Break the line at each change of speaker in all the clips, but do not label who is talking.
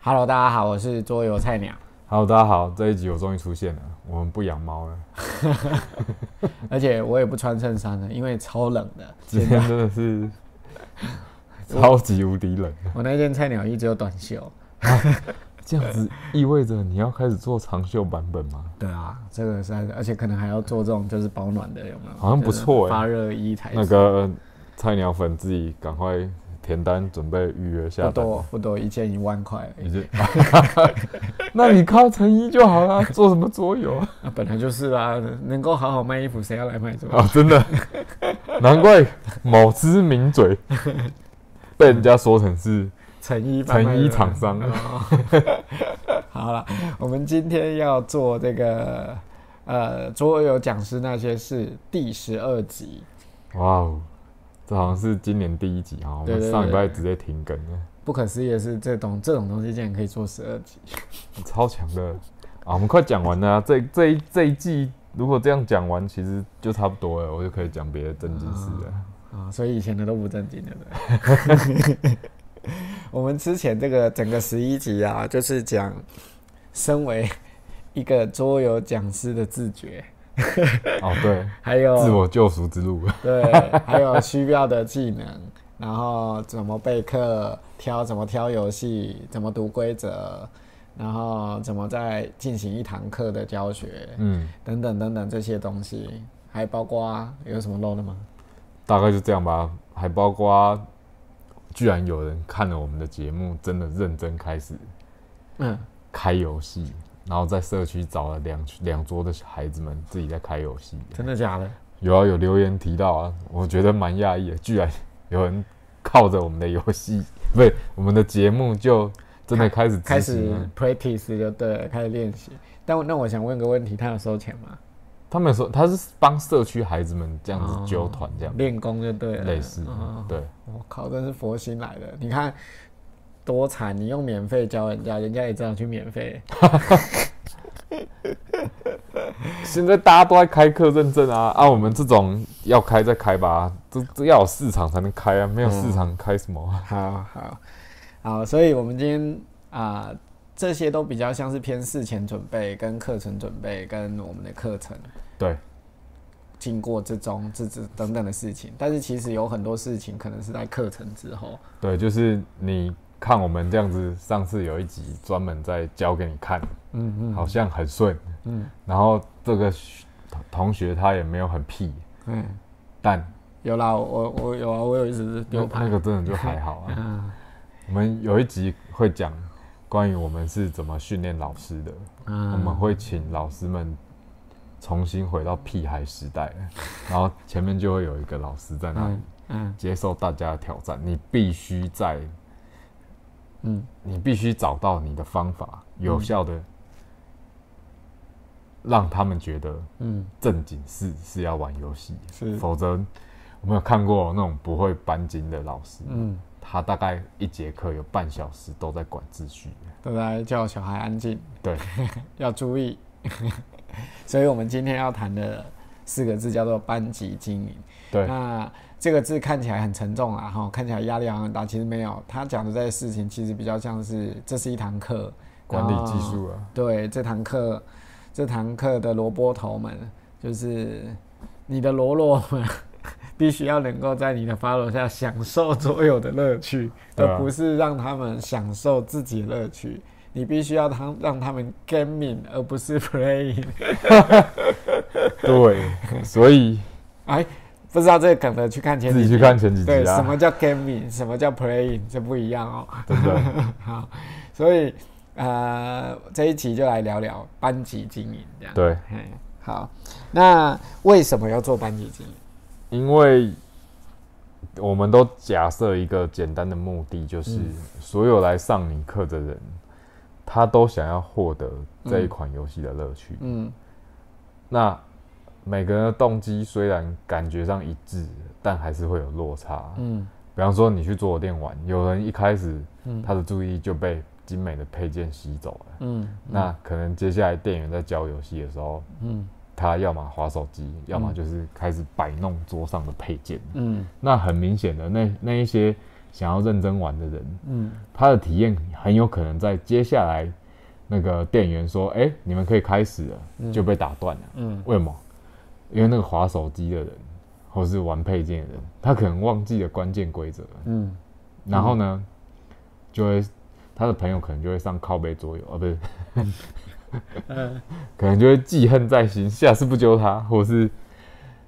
Hello，大家好，我是桌游菜鸟，
Hello，大家好，这一集我终于出现了。我们不养猫了，
而且我也不穿衬衫了，因为超冷的。
今天真的是 超级无敌冷。
我那件菜鸟衣只有短袖。
这样子意味着你要开始做长袖版本吗？
对啊，这个是，而且可能还要做这种就是保暖的，有没有？
好像不错
就是
欸
发热衣台
那个菜鸟粉自己赶快填单，准备预约下
不
单。
多不多，一件一万块而已
你 这，那你靠成衣就好啦，做什么桌游 啊？
啊，本来就是啊，能够好好卖衣服，谁要来卖桌？
啊，真的，难怪某知名嘴 被人家说成是
成衣贩卖
成
的
衣厂商。
好了，我们今天要做这个呃桌游讲师那些事第十二集，
哇哦，这好像是今年第一集哦哈，我
对对
们上礼
对
拜直接停更了，
不可思议的是，这种这种东西竟然可以做十二集，
超强的啊！我们快讲完了、啊，这这一这一季如果这样讲完，其实就差不多了，我就可以讲别的正经事了。
啊，所以以前的都不正经的。对 我们之前这个整个十一集啊，就是讲身为一个桌游讲师的自觉，
哦，对，
还有
自我救赎之路，
对，还有需要的技能，然后怎么备课，挑怎么挑游戏，怎么读规则，然后怎么在进行一堂课的教学，
嗯，
等等等等这些东西，还包括有什么漏的吗？
大概就这样吧。还包括，居然有人看了我们的节目，真的认真开始
嗯，
开游戏，然后在社区找了两两桌的孩子们自己在开游戏，
真的假的？
有啊，有留言提到啊，我觉得蛮讶异的，居然有人靠着我们的游戏，不是我们的节目，就真的开 始
开
执行啊
始
了。
practice 就对了，开始练习。但我那我想问个问题，他有收钱吗？
他们说他是帮社区孩子们这样子揪团，这样、
哦练功就对了，
类似，
哦
对，
我靠，真是佛心来的！你看多惨，你用免费教人家，人家也只好去免 费。
现在大家都在开课认证啊，啊，我们这种要开再开吧，这这要有市场才能开啊，没有市场开什么啊？
好好好，所以我们今天啊、这些都比较像是偏事前准备、跟课程准备、跟我们的课程
对，
经过之中、这这等等的事情。但是其实有很多事情可能是在课程之后，
对，就是你看我们这样子，上次有一集专门在教给你看，
嗯嗯
好像很顺，
嗯
然后这个学同同学他也没有很屁，
嗯，
但
有啦，我我有啊，我有一直
那
丢牌
那个真的就还好 啊。
啊
我们有一集会讲关于我们是怎么训练老师的，
啊
我们会请老师们重新回到屁孩时代，然后前面就会有一个老师在那里
嗯嗯
接受大家的挑战，你必须在
嗯
你必须找到你的方法，有效的让他们觉得
嗯，
正经事是要玩游戏，
是
否则我们有看过那种不会搬筋的老师，
嗯，
他大概一节课有半小时都在管秩序。
都在叫小孩安静，
对，
要注意。所以我们今天要谈的四个字叫做班级经营。
对，
那这个字看起来很沉重啊，哈，看起来压力好像很大，其实没有。他讲的这些事情，其实比较像是这是一堂课，
管理技
然后。
术啊，
对，这堂课，这堂课的萝卜头们，就是你的罗罗们， 必须要能够在你的 follow 下享受所有的乐趣，
对啊
而不是让他们享受自己的乐趣。你必须要他让他们 gaming，而不是 playing。
对，所以
哎，不知道这个梗的，去看前
自
几
己去
集
看前几集
对，什
啊，
么叫 gaming，什么叫 playing，这不一样哦。
真的，
好，所以呃，这一集就来聊聊班级经营这样。
对，
嘿，好，那为什么要做班级经营？
因为我们都假设一个简单的目的，就是
嗯
所有来上你课的人，他都想要获得这一款游戏的乐趣。
嗯
那每个人的动机虽然感觉上一致，但还是会有落差。
嗯
比方说，你去桌游店玩，有人一开始
嗯
他的注意力就被精美的配件吸走了，
嗯
那可能接下来店员在教游戏的时候，
嗯
他要么划手机，要么就是开始摆弄桌上的配件。
嗯
那很明显的，那那一些想要认真玩的人，
嗯，
他的体验很有可能在接下来那个店员说：“哎、你们可以开始了”，就被打断了。
嗯，
为什么？因为那个划手机的人，或是玩配件的人，他可能忘记了关键规则，
嗯，
然后呢，就会他的朋友可能就会上靠背桌游，啊，不是， 可能就会记恨在心，下次不揪他，或是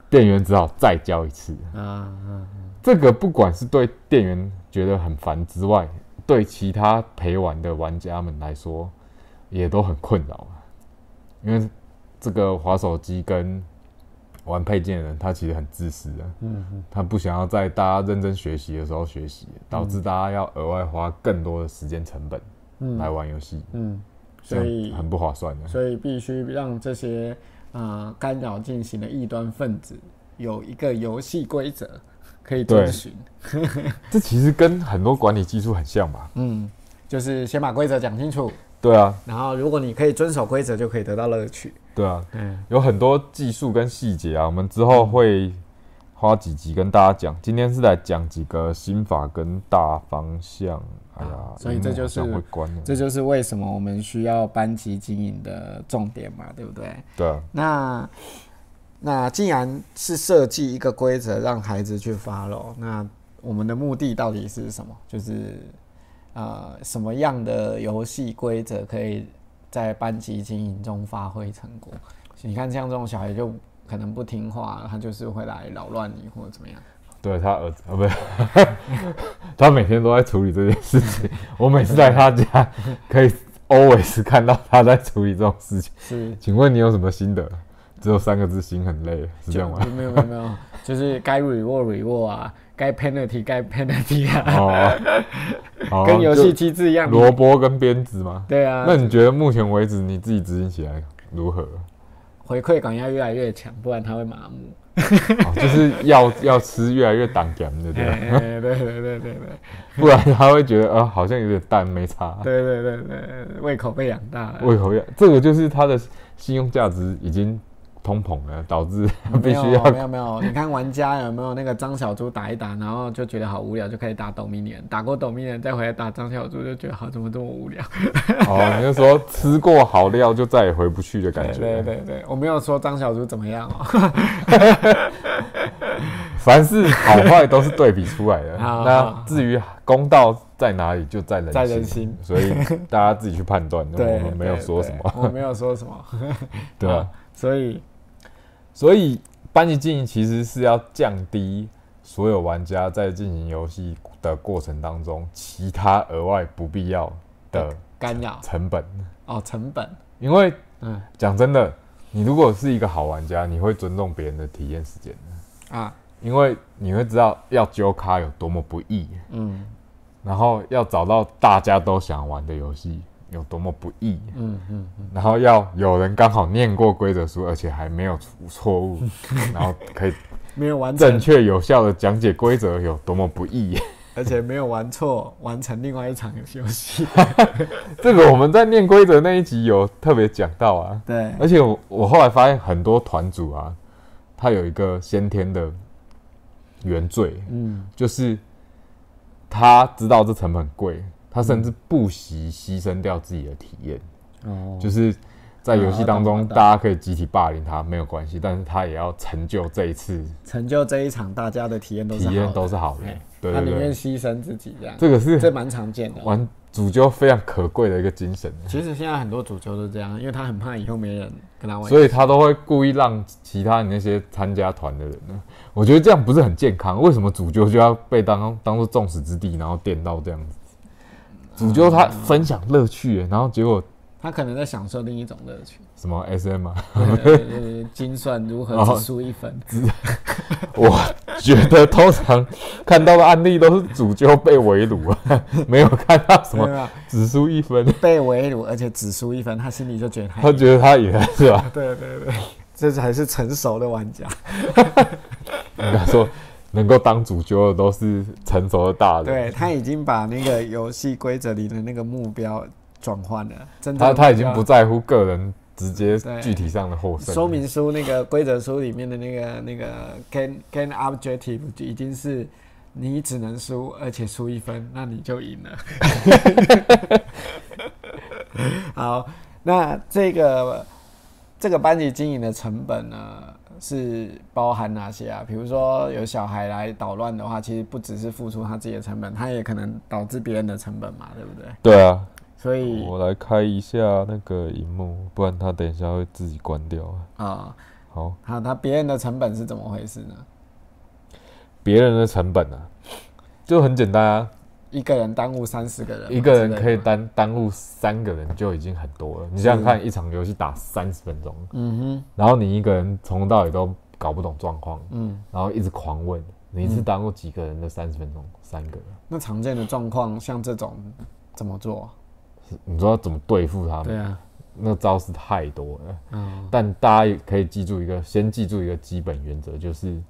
店员只好再教一次。
啊啊，
这个不管是对店员觉得很烦之外，对其他陪玩的玩家们来说，也都很困扰啊。因为这个滑手机跟玩配件的人，他其实很自私啊的，
嗯
他不想要在大家认真学习的时候学习，导致大家要额外花更多的时间成本来
嗯
玩游戏，
嗯，
这
所以
样很不划算的。
所以必须让这些啊干扰进行的异端分子有一个游戏规则可以遵
对
循。
这其实跟很多管理技术很像吧？
嗯，就是先把规则讲清楚，
对啊，
然后如果你可以遵守规则，就可以得到乐趣。
对啊，
嗯
有很多技术跟细节啊，我们之后会花几集跟大家讲。今天是来讲几个心法跟大方向。哎呀，
所以这就是
荧幕好像会关了，
这就是为什么我们需要班级经营的重点嘛，对不对？
对啊，
那那既然是设计一个规则让孩子去 follow，那我们的目的到底是什么？就是呃，什么样的游戏规则可以在班级经营中发挥成果？你看，像这种小孩就可能不听话，他就是会来扰乱你或者怎么样。
对他儿子啊，不是， 他每天都在处理这件事情。我每次来他家，可以 always 看到他在处理这种事情。
是
请问你有什么心得？只有三个字，心很累，是这
就
样吗？
没有没有没有，就是该 reward reward 啊，该 penalty 该 penalty 啊，
哦，好
跟游戏
就
机制一样。
萝卜跟鞭子吗？
对啊，
那你觉得目前为止你自己执行起来如 何？
回馈感要越来越强，不然他会麻木。
哦、就是要要吃越来越挡盐的，对不啊对？
哎哎对对对对 对
不然他会觉得呃好像有点淡，没差，
对对对对，胃口被养大了，
胃口也这个就是他的信用价值已经通膨了，导致他必
没有
须要
没有没有，你看玩家有没有那个张小猪打一打，然后就觉得好无聊，就开始打 Dominion，打过 Dominion 再回来打张小猪，就觉得好怎么这么无聊。
哦， 你就说吃过好料就再也回不去的感
对
觉。
对对对，我没有说 张小猪怎么样哦、
凡是好坏都是对比出来的。
好
那
好
至于公道在哪里，就在人
在人心
所以大家自己去判断。
对，
我们没有
对
说什么，，
对我没有说什么，
对吧、
所以
所以班级经营其实是要降低所有玩家在进行游戏的过程当中其他额外不必要的
干扰
成本，
哦成本，
因为
嗯
讲真的，你如果是一个好玩家，你会尊重别人的体验时间的，
啊
因为你会知道要揪咖有多么不易，
嗯
然后要找到大家都想玩的游戏有多么不易，
嗯嗯嗯
然后要有人刚好念过规则书，而且还没有出错误，然后可以
没有完
正
成，
确有效的讲解规则有多么不易。
而且没有玩错，完成另外一场游戏。
这个我们在念规则那一集有特别讲到啊，
对，
而且我我后来发现很多团主啊，他有一个先天的原罪，
嗯
就是他知道这成本贵，他甚至不惜牺牲掉自己的体验，
哦
就是。在游戏当
啊懂
中，
懂懂
大家可以集体霸凌他没有关系，但是他也要成就这一次
成就这一场，大家的体验都是
体验
好的
都是好的
哎。
对
他
对
宁愿
对，
牺牲自己这样，
这个是
这蛮常见的。
玩主就非常可贵的一个精神。
其实现在很多主角都这样，因为他很怕以后没人跟他玩。
所以他都会故意让其他那些参加团的人呢，我觉得这样不是很健康。为什么主揪就要被当当做众矢之的，然后电到这样子？主揪他分享乐趣耶，然后结果
他可能在享受另一种乐趣，
什么 SM 啊？
呃精算如何只输一分。
我觉得通常看到的案例都是主揪被围堵啊， 没有看到什
对
么
吧？
只输一分，
被围堵，而且只输一分，他心里就觉得他
他觉得他也是吧？
对对对，这才是成熟的玩家。
人家说能够当主揪的都是成熟的大人，
对他已经把那个游戏规则里的那个目标转换了，真正
他
的
他已
目
经
标
不在乎个人直接
对
具体上的获胜。
说明书那个规则书里面的那个那个 can can objective 就已经是你只能输，而且输一分，那你就赢了。好，那这个这个班级经营的成本呢，是包含哪些啊？比如说有小孩来捣乱的话，其实不只是付出他自己的成本，他也可能导致别人的成本嘛，对不对？
对啊，
所以
我来开一下那个荧幕，不然它等一下会自己关掉啊。
啊、
好，
好，那别人的成本是怎么回事呢？
别人的成本啊，就很简单啊，
一个人耽误三十个人嘛，
一个人
之类的
可以
嘛，
耽耽误三个人就已经很多了。你想想看，一场游戏打三十分钟，
嗯哼，
然后你一个人从头到尾都搞不懂状况，
嗯，
然后一直狂问，你一次耽误几个人的三十分钟？三个人，
那常见的状况像这种怎么做？
你说要怎么对付他们？
啊，
那招式太多了。
嗯
但大家也可以记住一个，先记住一个基本原则，就是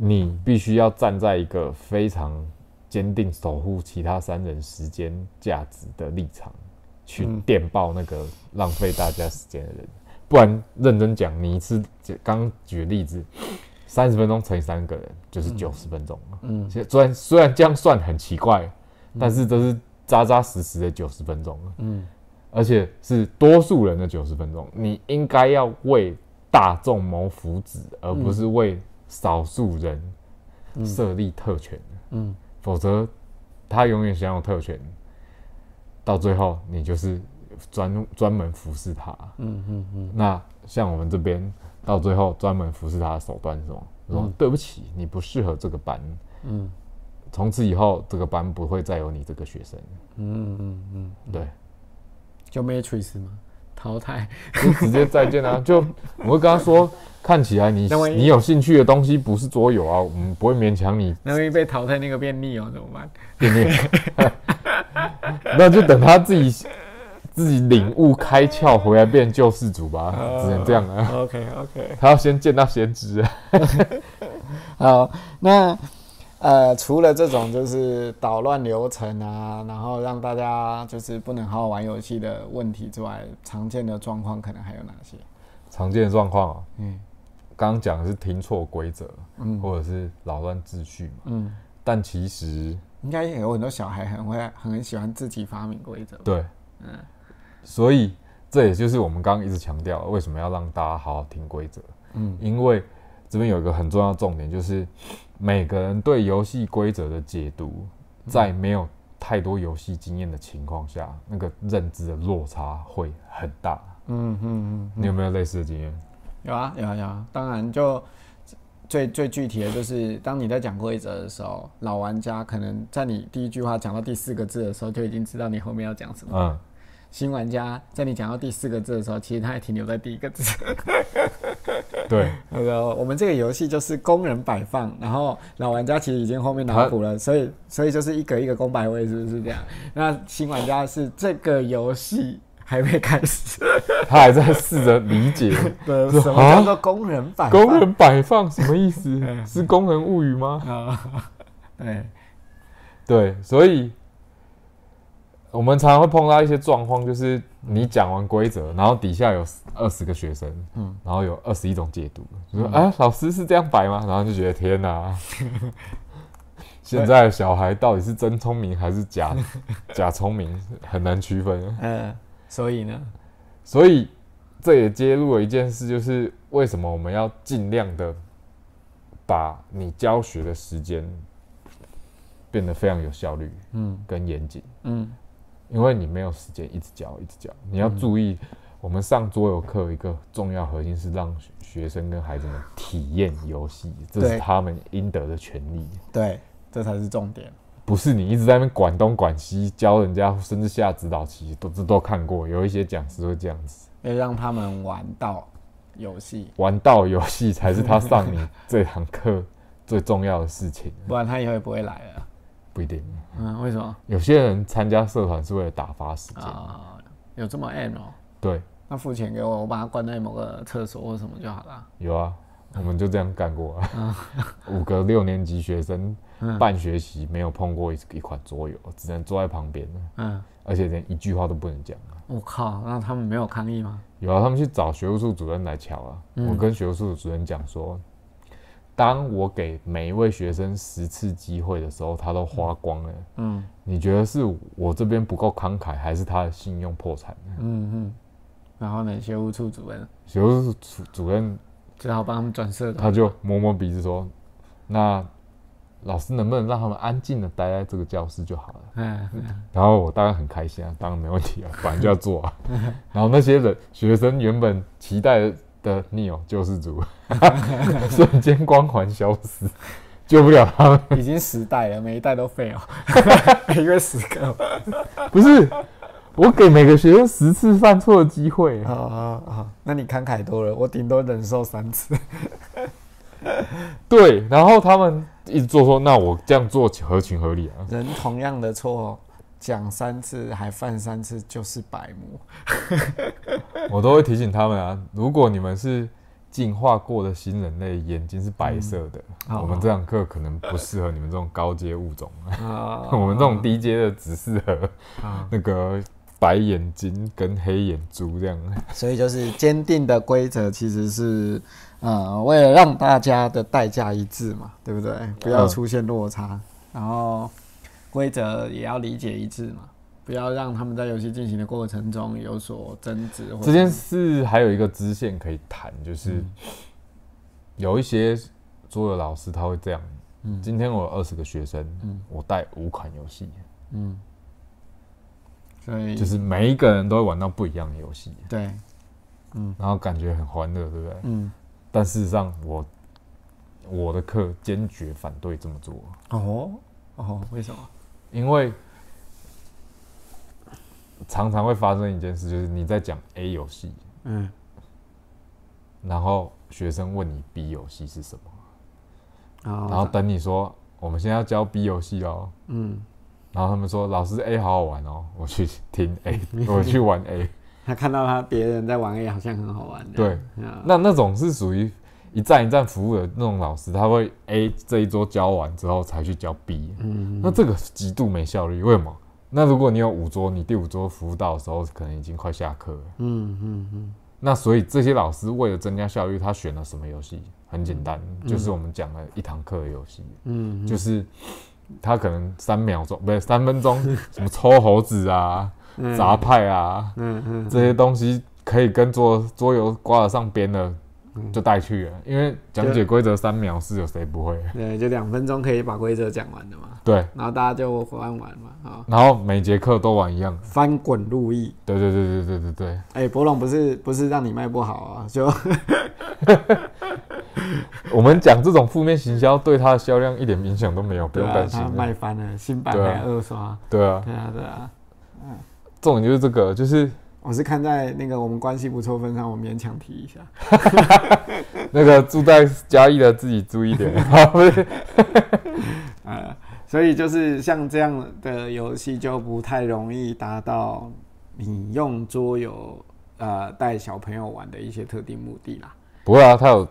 你必须要站在一个非常坚定守护其他三人时间价值的立场，去
嗯
电报那个浪费大家时间的人。不然，认真讲，你一次刚举例子，三十分钟乘以三个人就是九十分钟嘛。
嗯，
其实虽然虽然这样算很奇怪，但是这是扎扎实实的九十分钟啊了。
嗯，
而且是多数人的九十分钟，你应该要为大众谋福祉，而不是为少数人设立特权。
嗯，
否则他永远享有特权，到最后你就是专 专门服侍他。
嗯嗯嗯，
那像我们这边到最后专门服侍他的手段是什么？说、对不起，你不适合这个班。
嗯，
从此以后这个班不会再有你这个学生。
嗯嗯嗯，
对，
就 matrix 嘛，淘汰。
就直接再见啊！就我会跟他说，看起来你
那万一
你有兴趣的东西不是桌游啊，我们不会勉强你
那万一被淘汰那个变逆哦，怎么 办？
变面。那就等他自己自己领悟开窍回来变救世主吧，只能这样啊。
OK OK，
他要先见到先知啊。
好，那呃，除了这种就是捣乱流程啊，然后让大家就是不能好好玩游戏的问题之外，常见的状况可能还有哪些？
常见的状况啊，
嗯
刚刚讲的是听错规则，
嗯
或者是扰乱秩序嘛。
嗯，
但其实
应该也有很多小孩很会很喜欢自己发明规则吧。
对，
嗯
所以这也就是我们刚刚一直强调，为什么要让大家好好听规则。
嗯
因为这边有一个很重要的重点，就是每个人对游戏规则的解读，在没有太多游戏经验的情况下，那个认知的落差会很大。
嗯嗯嗯，
你有没有类似的经验？
有啊有啊有啊，当然就最最具体的就是，当你在讲规则的时候，老玩家可能在你第一句话讲到第四个字的时候，就已经知道你后面要讲什么。
嗯，
新玩家在你讲到第四个字的时候，其实他还停留在第一个字。
对，
那个我们这个游戏就是工人摆放，然后老玩家其实已经后面脑补了，所以所以就是一格一个公百位，是不是这样？那新玩家是这个游戏还没开始，
他还在试着理解
对，
是
什么叫做工人摆放？
工人摆放什么意思，是工人物语吗？
啊， 对，
对，所以我们常常会碰到一些状况，就是你讲完规则，然后底下有二十个学生，
嗯
嗯，然后有二十一种解读，就说、啊，老师是这样摆吗？然后就觉得天哪、现在的小孩到底是真聪明还是假假聪明，很难区分。
呃，所以呢，
所以这也揭露了一件事，就是为什么我们要尽量的把你教学的时间变得非常有效率
嗯
跟严谨。
嗯
因为你没有时间一直教一直教，你要注意，我们上桌游课有一个重要核心是让学学生跟孩子们体验游戏，这
对
是他们应得的权利，
对，这才是重点。
不是你一直在那边管东管西教人家，甚至下指导棋，都这都看过，有一些讲师会这样子，
要让他们玩到游戏，
玩到游戏才是他上你这堂课最重要的事情，
不然他以后也不会来了。
不一定。
嗯，为什么
有些人参加社团是为了打发时间，
啊、有这么 M 哦？
对，
那付钱给我，我把它关在某个厕所或什么就好了。
有啊，我们就这样干过啊。五个六年级学生
嗯
半学期没有碰过一一款桌游，只能坐在旁边，
嗯，
而且连一句话都不能讲啊。
我靠，那他们没有抗议吗？
有啊，他们去找学务处主任来瞧啊。我跟学务处主任讲说，当我给每一位学生十次机会的时候，他都花光了，
嗯
你觉得是我这边不够慷慨，还是他的信用破产呢？
嗯嗯，然后呢，学务处主任
学务处主任
只好帮他们转社团。
他就摸摸鼻子说：“那老师能不能让他们安静的待在这个教室就好了
嗯，嗯？”
然后我当然很开心啊，当然没问题啊，反正就要做啊。然后那些人学生原本期待的 Neo 救世主， 瞬间光环消失，救不了他们。
已经十代了，每一代都废哦， 每个十个。
不是，我给每个学生十次犯错的机会。
啊啊啊！那你慷慨多了，我顶多忍受三次。
对，然后他们一直做说：“那我这样做合情合理啊。”
人同样的错，讲三次还犯三次就是白目。
我都会提醒他们啊，如果你们是进化过的新人类，眼睛是白色的，
好
我们这堂课可能不适合你们这种高阶物种，
啊
我们这种低阶的只适合
啊，
那个白眼睛跟黑眼珠这样。
所以就是坚定的规则其实是，呃，为了让大家的代价一致嘛，对不对？不要出现落差，然后规则也要理解一致嘛，不要让他们在游戏进行的过程中有所争执或者
这件事还有一个支线可以谈，就是有一些桌游老师他会这样，
嗯
今天我有二十个学生，
嗯
我带五款游戏，
嗯，所以
就是每一个人都会玩到不一样的游戏，
对，
然后感觉很欢乐，对不对？
嗯，
但事实上我，我的课坚决反对这么做，
哦哦，为什么？
因为常常会发生一件事，就是你在讲 A 游戏，
嗯
然后学生问你 B 游戏是什么，
啊，
然后等你说我们现在要教 B 游戏哦，
嗯，
然后他们说老师 A 好好玩哦，我去听 A，我去玩 A，
他看到他别人在玩 A 好像很好玩的，
对，
啊，
那那种是属于。一站一站服务的那种老师，他会 A 这一桌教完之后才去教 B，
嗯
那这个是极度没效率，为什么？那如果你有五桌，你第五桌服务到的时候，可能已经快下课了。
嗯嗯嗯，
那所以这些老师为了增加效率，他选了什么游戏？很简单，就是我们讲了一堂课的游戏，
嗯，
就是他可能三秒钟不是三分钟，什么抽猴子啊、杂派啊
嗯嗯
这些东西，可以跟桌桌游挂得上边的，
嗯
就带去了。因为讲解规则三秒是有谁不会？
对，就两分钟可以把规则讲完的嘛，
对，
然后大家就玩玩嘛，啊、
然后每节课都玩一样。
翻滚入役。
对对对对对对对。
哎、博龙不是不是让你卖不好啊，就
我们讲这种负面行销对它的销量一点影响都没有，不
对
用
啊，
担心
他
了。
卖翻了，新版
对啊
还二刷，
对啊，
对啊对啊。
重点就是这个，就是
我是看在那个我们关系不错份上，我勉强提一下。
那个住在嘉义的自己注意点， 不是
呃，所以就是像这样的游戏就不太容易达到你用桌游呃带小朋友玩的一些特定目的啦。
不会啊，他有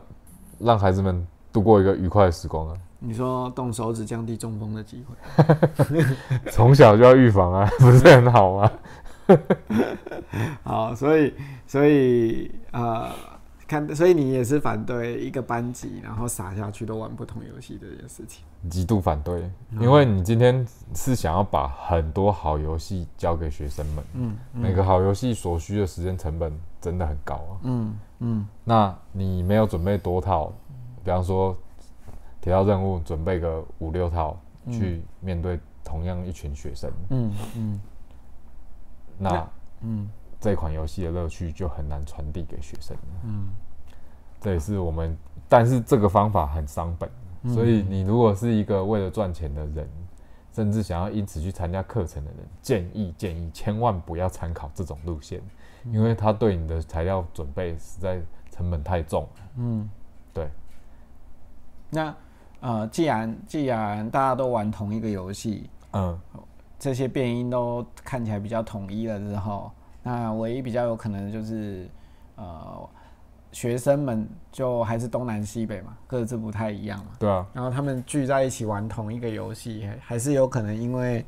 让孩子们度过一个愉快的时光啊，
你说动手指降低中风的机会，
从小就要预防啊， 不是很好吗？
好，所以所以呃，看，所以你也是反对一个班级然后撒下去都玩不同游戏这件事情。
极度反对，因为你今天是想要把很多好游戏交给学生们，
嗯
每个好游戏所需的时间成本真的很高啊。
嗯嗯
那你没有准备多套，比方说铁道任务准备个五六套去面对同样一群学生，
嗯嗯
那
嗯
这款游戏的乐趣就很难传递给学生了。
嗯
这也是我们，但是这个方法很伤本，
嗯
所以你如果是一个为了赚钱的人，甚至想要因此去参加课程的人，建议建议千万不要参考这种路线，因为它对你的材料准备实在成本太重了。
嗯，
对。
那呃，既然既然大家都玩同一个游戏，
嗯，
这些变音都看起来比较统一了之后，那唯一比较有可能的就是，呃，学生们就还是东南西北嘛，各自不太一样嘛。
对啊，
然后他们聚在一起玩同一个游戏，还还是有可能因为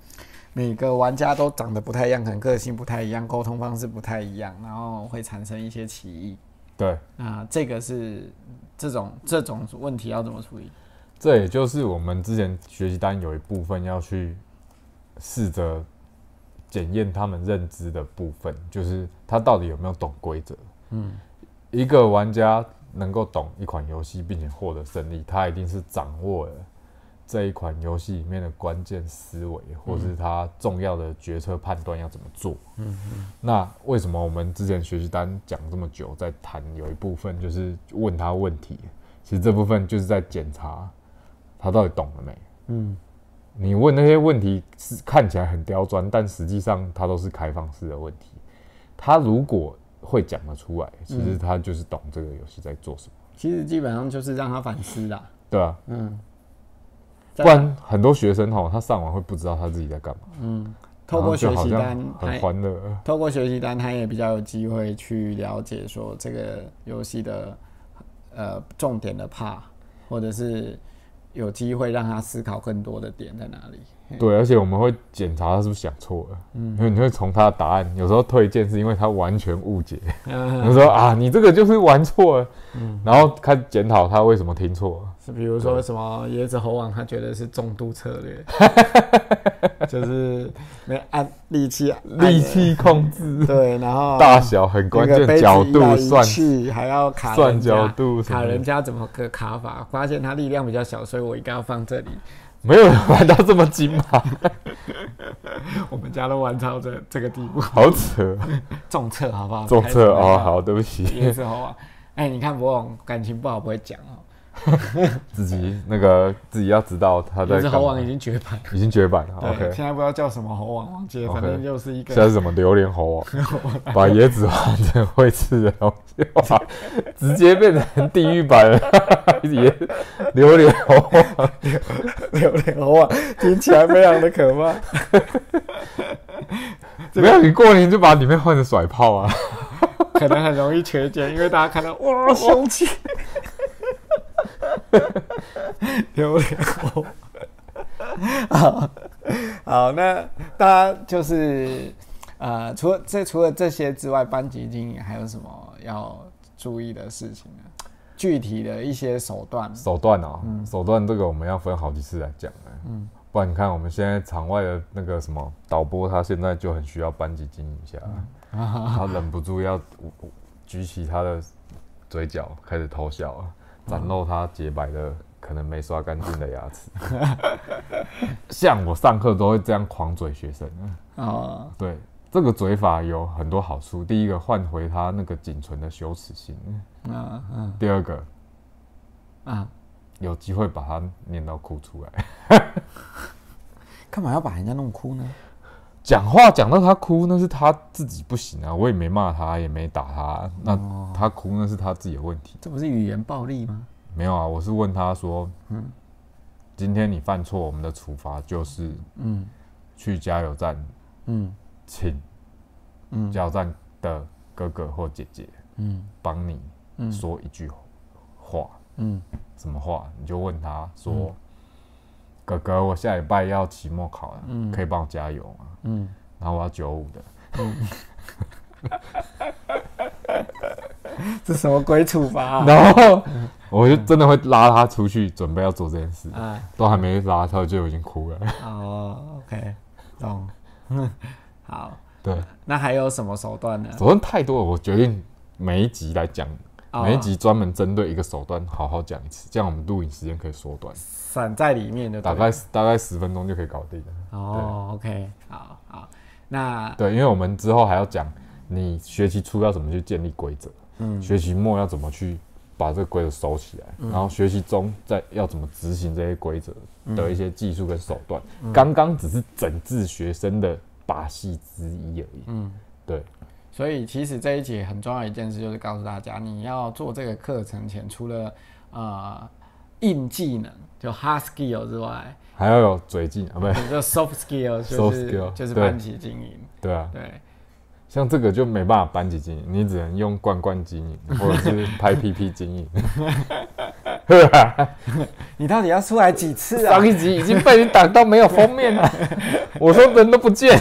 每个玩家都长得不太一样，可能个性不太一样，沟通方式不太一样，然后会产生一些歧义。
嗯对，啊
那这个是这种这种问题要怎么处理？
这也就是我们之前学习单有一部分要去试着检验他们认知的部分，就是他到底有没有懂规则。
嗯，
一个玩家能够懂一款游戏并且获得胜利，他一定是掌握了这一款游戏里面的关键思维，或是他重要的决策判断要怎么做。嗯那为什么我们之前学习单讲这么久，在谈有一部分就是问他问题，其实这部分就是在检查他到底懂了没。
嗯，
你问那些问题是看起来很刁钻，但实际上它都是开放式的问题。他如果会讲得出来，其实他就是懂这个游戏在做什么，
其实基本上就是让他反思啦。
对啊，
嗯，
不然很多学生吼，他上网会不知道他自己在干嘛，
透过
然
学
后
习
就好
单
像，
他
很欢乐，
透过学习单，他也比较有机会去了解说这个游戏的呃重点的 part，或者是有机会让他思考更多的点在哪 里。
对，而且我们会检查他是不是想错了，
嗯
因为你会从他的答案，有时候推荐是因为他完全误 解，有时候啊，你这个就是玩错了，
嗯
然后开始检讨他为什么听错了，
是比如说什么椰子猴王，他觉得是重度策略，就是没按力气按了
力气控制、
对，然后
大小很关键，角度算
去还要卡人家
算角度什么
卡
的
人家怎么个卡法？发现他力量比较小，所以我应该要放这里。
没有人玩到这么精吧？
我们家都玩到这这个地步，
好扯，
重测好不好？
重测
开始玩
哦，
了，
好，对不起，
也是好啊。 哎，你看博王感情不好不会讲哦，
自己那个自己要知道他在
也是
干嘛
猴王已经绝版，
已经绝版了
对
，OK，
现在不知道叫什么猴王忘记了，
OK
反正就是一
现在
个
是什么榴莲猴 王，把椰子换成会吃的东西，哇， 直接变成地狱版了， 椰榴莲猴王，
榴莲猴王，听起来非常的可怕。
没有你过年就把里面换成甩炮啊，
可能很容易缺件，因为大家看到 哇凶器，榴莲猴。 好，好，那大家就是呃，除了这除了这些之外，班级经营还有什么要注意的事情呢？具体的一些手段，
手段哦，手段这个我们要分好几次来讲哎，不然你看我们现在场外的那个什么导播，他现在就很需要班级经营一下，啊他忍不住要举起他的嘴角开始偷笑啊，展露他洁白的可能没刷干净的牙齿。 像我上课都会这样狂嘴学生，啊
哦，
对这个嘴法有很多好处，第一个换回他那个仅存的羞耻心，
嗯嗯
第二个
啊，
有机会把他念到哭出来。
干嘛要把人家弄哭呢？
讲话讲到他哭，那是他自己不行啊，我也没骂他，也没打他，那他哭那是他自己的问题。
这不是语言暴力吗？嗯
没有啊，我是问他说，今天你犯错，我们的处罚就是
嗯
去加油站
嗯
请
嗯
加油站的哥哥或姐姐
嗯
帮你
嗯
说一句话，
嗯
什么话？你就问他说，哥哥，我下礼拜要期末考了，
嗯
可以帮我加油吗？
嗯，
然后我要九五的，
这什么鬼处罚、啊？
然后我就真的会拉他出去，准备要做这件事，
哎，
都还没拉他就已经哭了。
哦，OK，懂。 好，
对，
那还有什么手段呢？
手段太多了，我决定每一集来讲，
哦
每一集专门针对一个手段好好讲一次，这样我们录影时间可以缩短，
散在里面的
大概大概十分钟就可以搞定了。
哦，OK，好好，那
对，因为我们之后还要讲你学期初要怎么去建立规则，
嗯
学期末要怎么去把这个规则收起来，然后学期中再要怎么执行这些规则
嗯
的一些技术跟手段。刚刚只是整治学生的把戏之一而已。
嗯，
对，
所以其实这一节很重要的一件事就是告诉大家，你要做这个课程前，除了呃硬技能就 hard skill 之外，
还要有嘴劲啊，不对，
你就 soft skill 就
Soft
是
skill，
就是
对
班级经营，
对啊，
对，
像这个就没办法班级经营，你只能用罐罐经营， 或者是拍 PP 经营。
你到底要出来几次啊？
上一集已经被你挡到没有封面了，我说人都不见。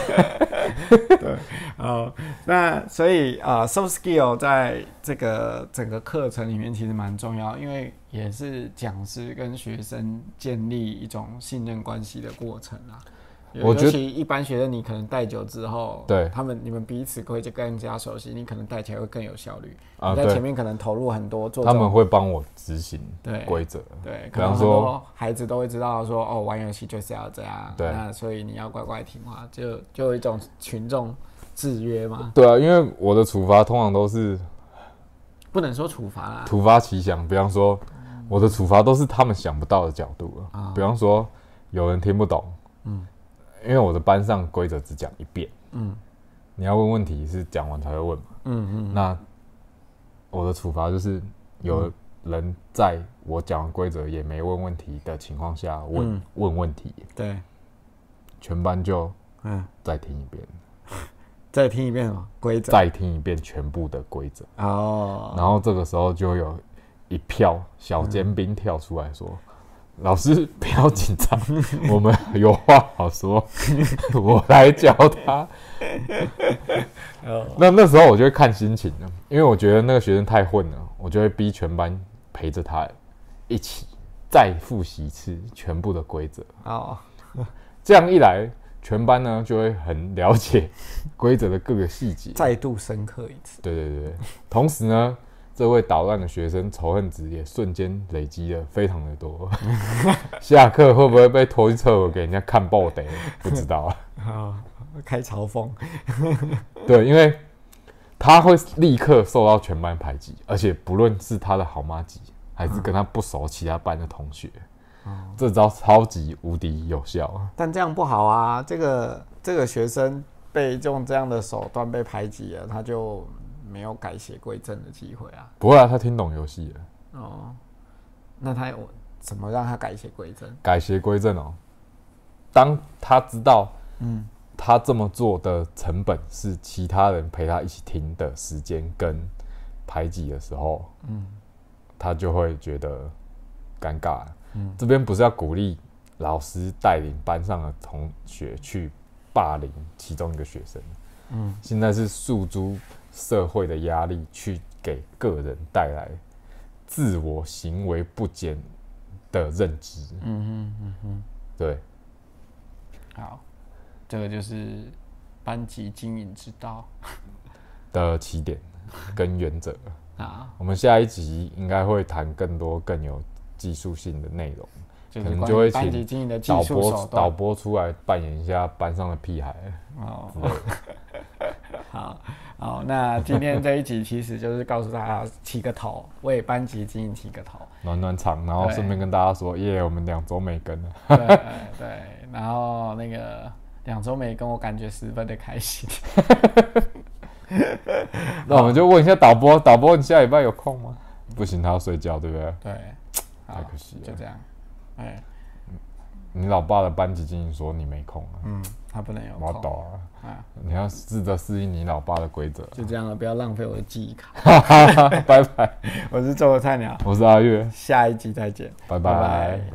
哦，那所以啊、呃、，soft skill 在这个整个课程里面其实蛮重要，因为也是讲师跟学生建立一种信任关系的过程啊。
我觉得
尤其一般学生，你可能带久之后，
对
他们你们彼此会就更加熟悉，你可能带起来会更有效率。
啊
你在
对
前面可能投入很多做这
他
种哎
们会帮我执行
对
规则，
对，可
比
能
方
很
说
多孩子都会知道说，哦，玩游戏就是要这样，
对
那所以你要乖乖听话，就就有一种群众制约嘛，
对啊，因为我的处罚通常都是
不能说处罚啦，
突发奇想，比方说我的处罚都是他们想不到的角度了。
啊
比方说有人听不懂，嗯，因为我的班上规则只讲一遍，
嗯
你要问问题是讲完才会问嘛。
嗯嗯，
那我的处罚就是
嗯
有人在我讲完规则也没问问题的情况下问、
嗯
问问题，
对，
全班就
嗯，
再听一遍，
再听一遍哦，规则，
再听一遍全部的规则，
哦，
然后这个时候就有一票小尖兵跳出来说。
嗯
老师不要紧 张，我们有话好说，我来教他。
哦
那那时候我就会看心情了，因为我觉得那个学生太混了，我就会逼全班陪着他一起再复习一次全部的规则。
哦，
这样一来，全班呢就会很了解 规则的各个细节。
再度深刻一次，
对对对对，同时呢，这位捣乱的学生仇恨值也瞬间累积的非常的多。下课会不会被拖去厕所给人家看爆的？不知道啊。
哦，开嘲讽，
对，因为他会立刻受到全班排挤，而且不论是他的好妈级，还是跟他不熟其他班的同学，这招超级无敌有效啊！
但这样不好啊，这个这个学生被用这样的手段被排挤了，他就没有改邪归正的机会啊，
不会啊，他听懂游戏了，
哦，那他有怎么让他改邪归正？
改邪归正哦。当他知道，
嗯
他这么做的成本是其他人陪他一起听的时间跟排挤的时候，
嗯
他就会觉得尴尬。
嗯
这边不是要鼓励老师带领班上的同学去霸凌其中一个学生，
嗯，
现在是诉诸社会的压力，去给个人带来自我行为不检的认知。
嗯嗯嗯
对，
嗯，好，这个就是班级经营之道
的起点跟原则。
啊，
我们下一集应该会谈更多更有技术性的内容，
就
可
是
能
关
就
于
会
班
请
级经营的技
导
术手
播导
段。
播出来扮演一下班上的 屁孩。
哦，好好，那今天这一集其实就是告诉大家起个头，为班级经营起个头。
暖暖场，然后
对
顺便跟大家说，耶，我们两周没更了。
对对，然后那个两周没跟我感觉十分的开心。
那我们就问一下导播，导播你下礼拜有空吗？啊不行，他要睡觉，对不对？
对，好
太可惜
就
了。
这样。哎，
你老爸的班级经理说你没空啊，
嗯，他不能有
毛导
空
啊，
啊，
你要试着适应你老爸的规则。
就这样了，不要浪费我的记忆卡。
拜拜，
我是周国菜鸟，
我是阿月，
下一集再见。
拜
拜拜
拜。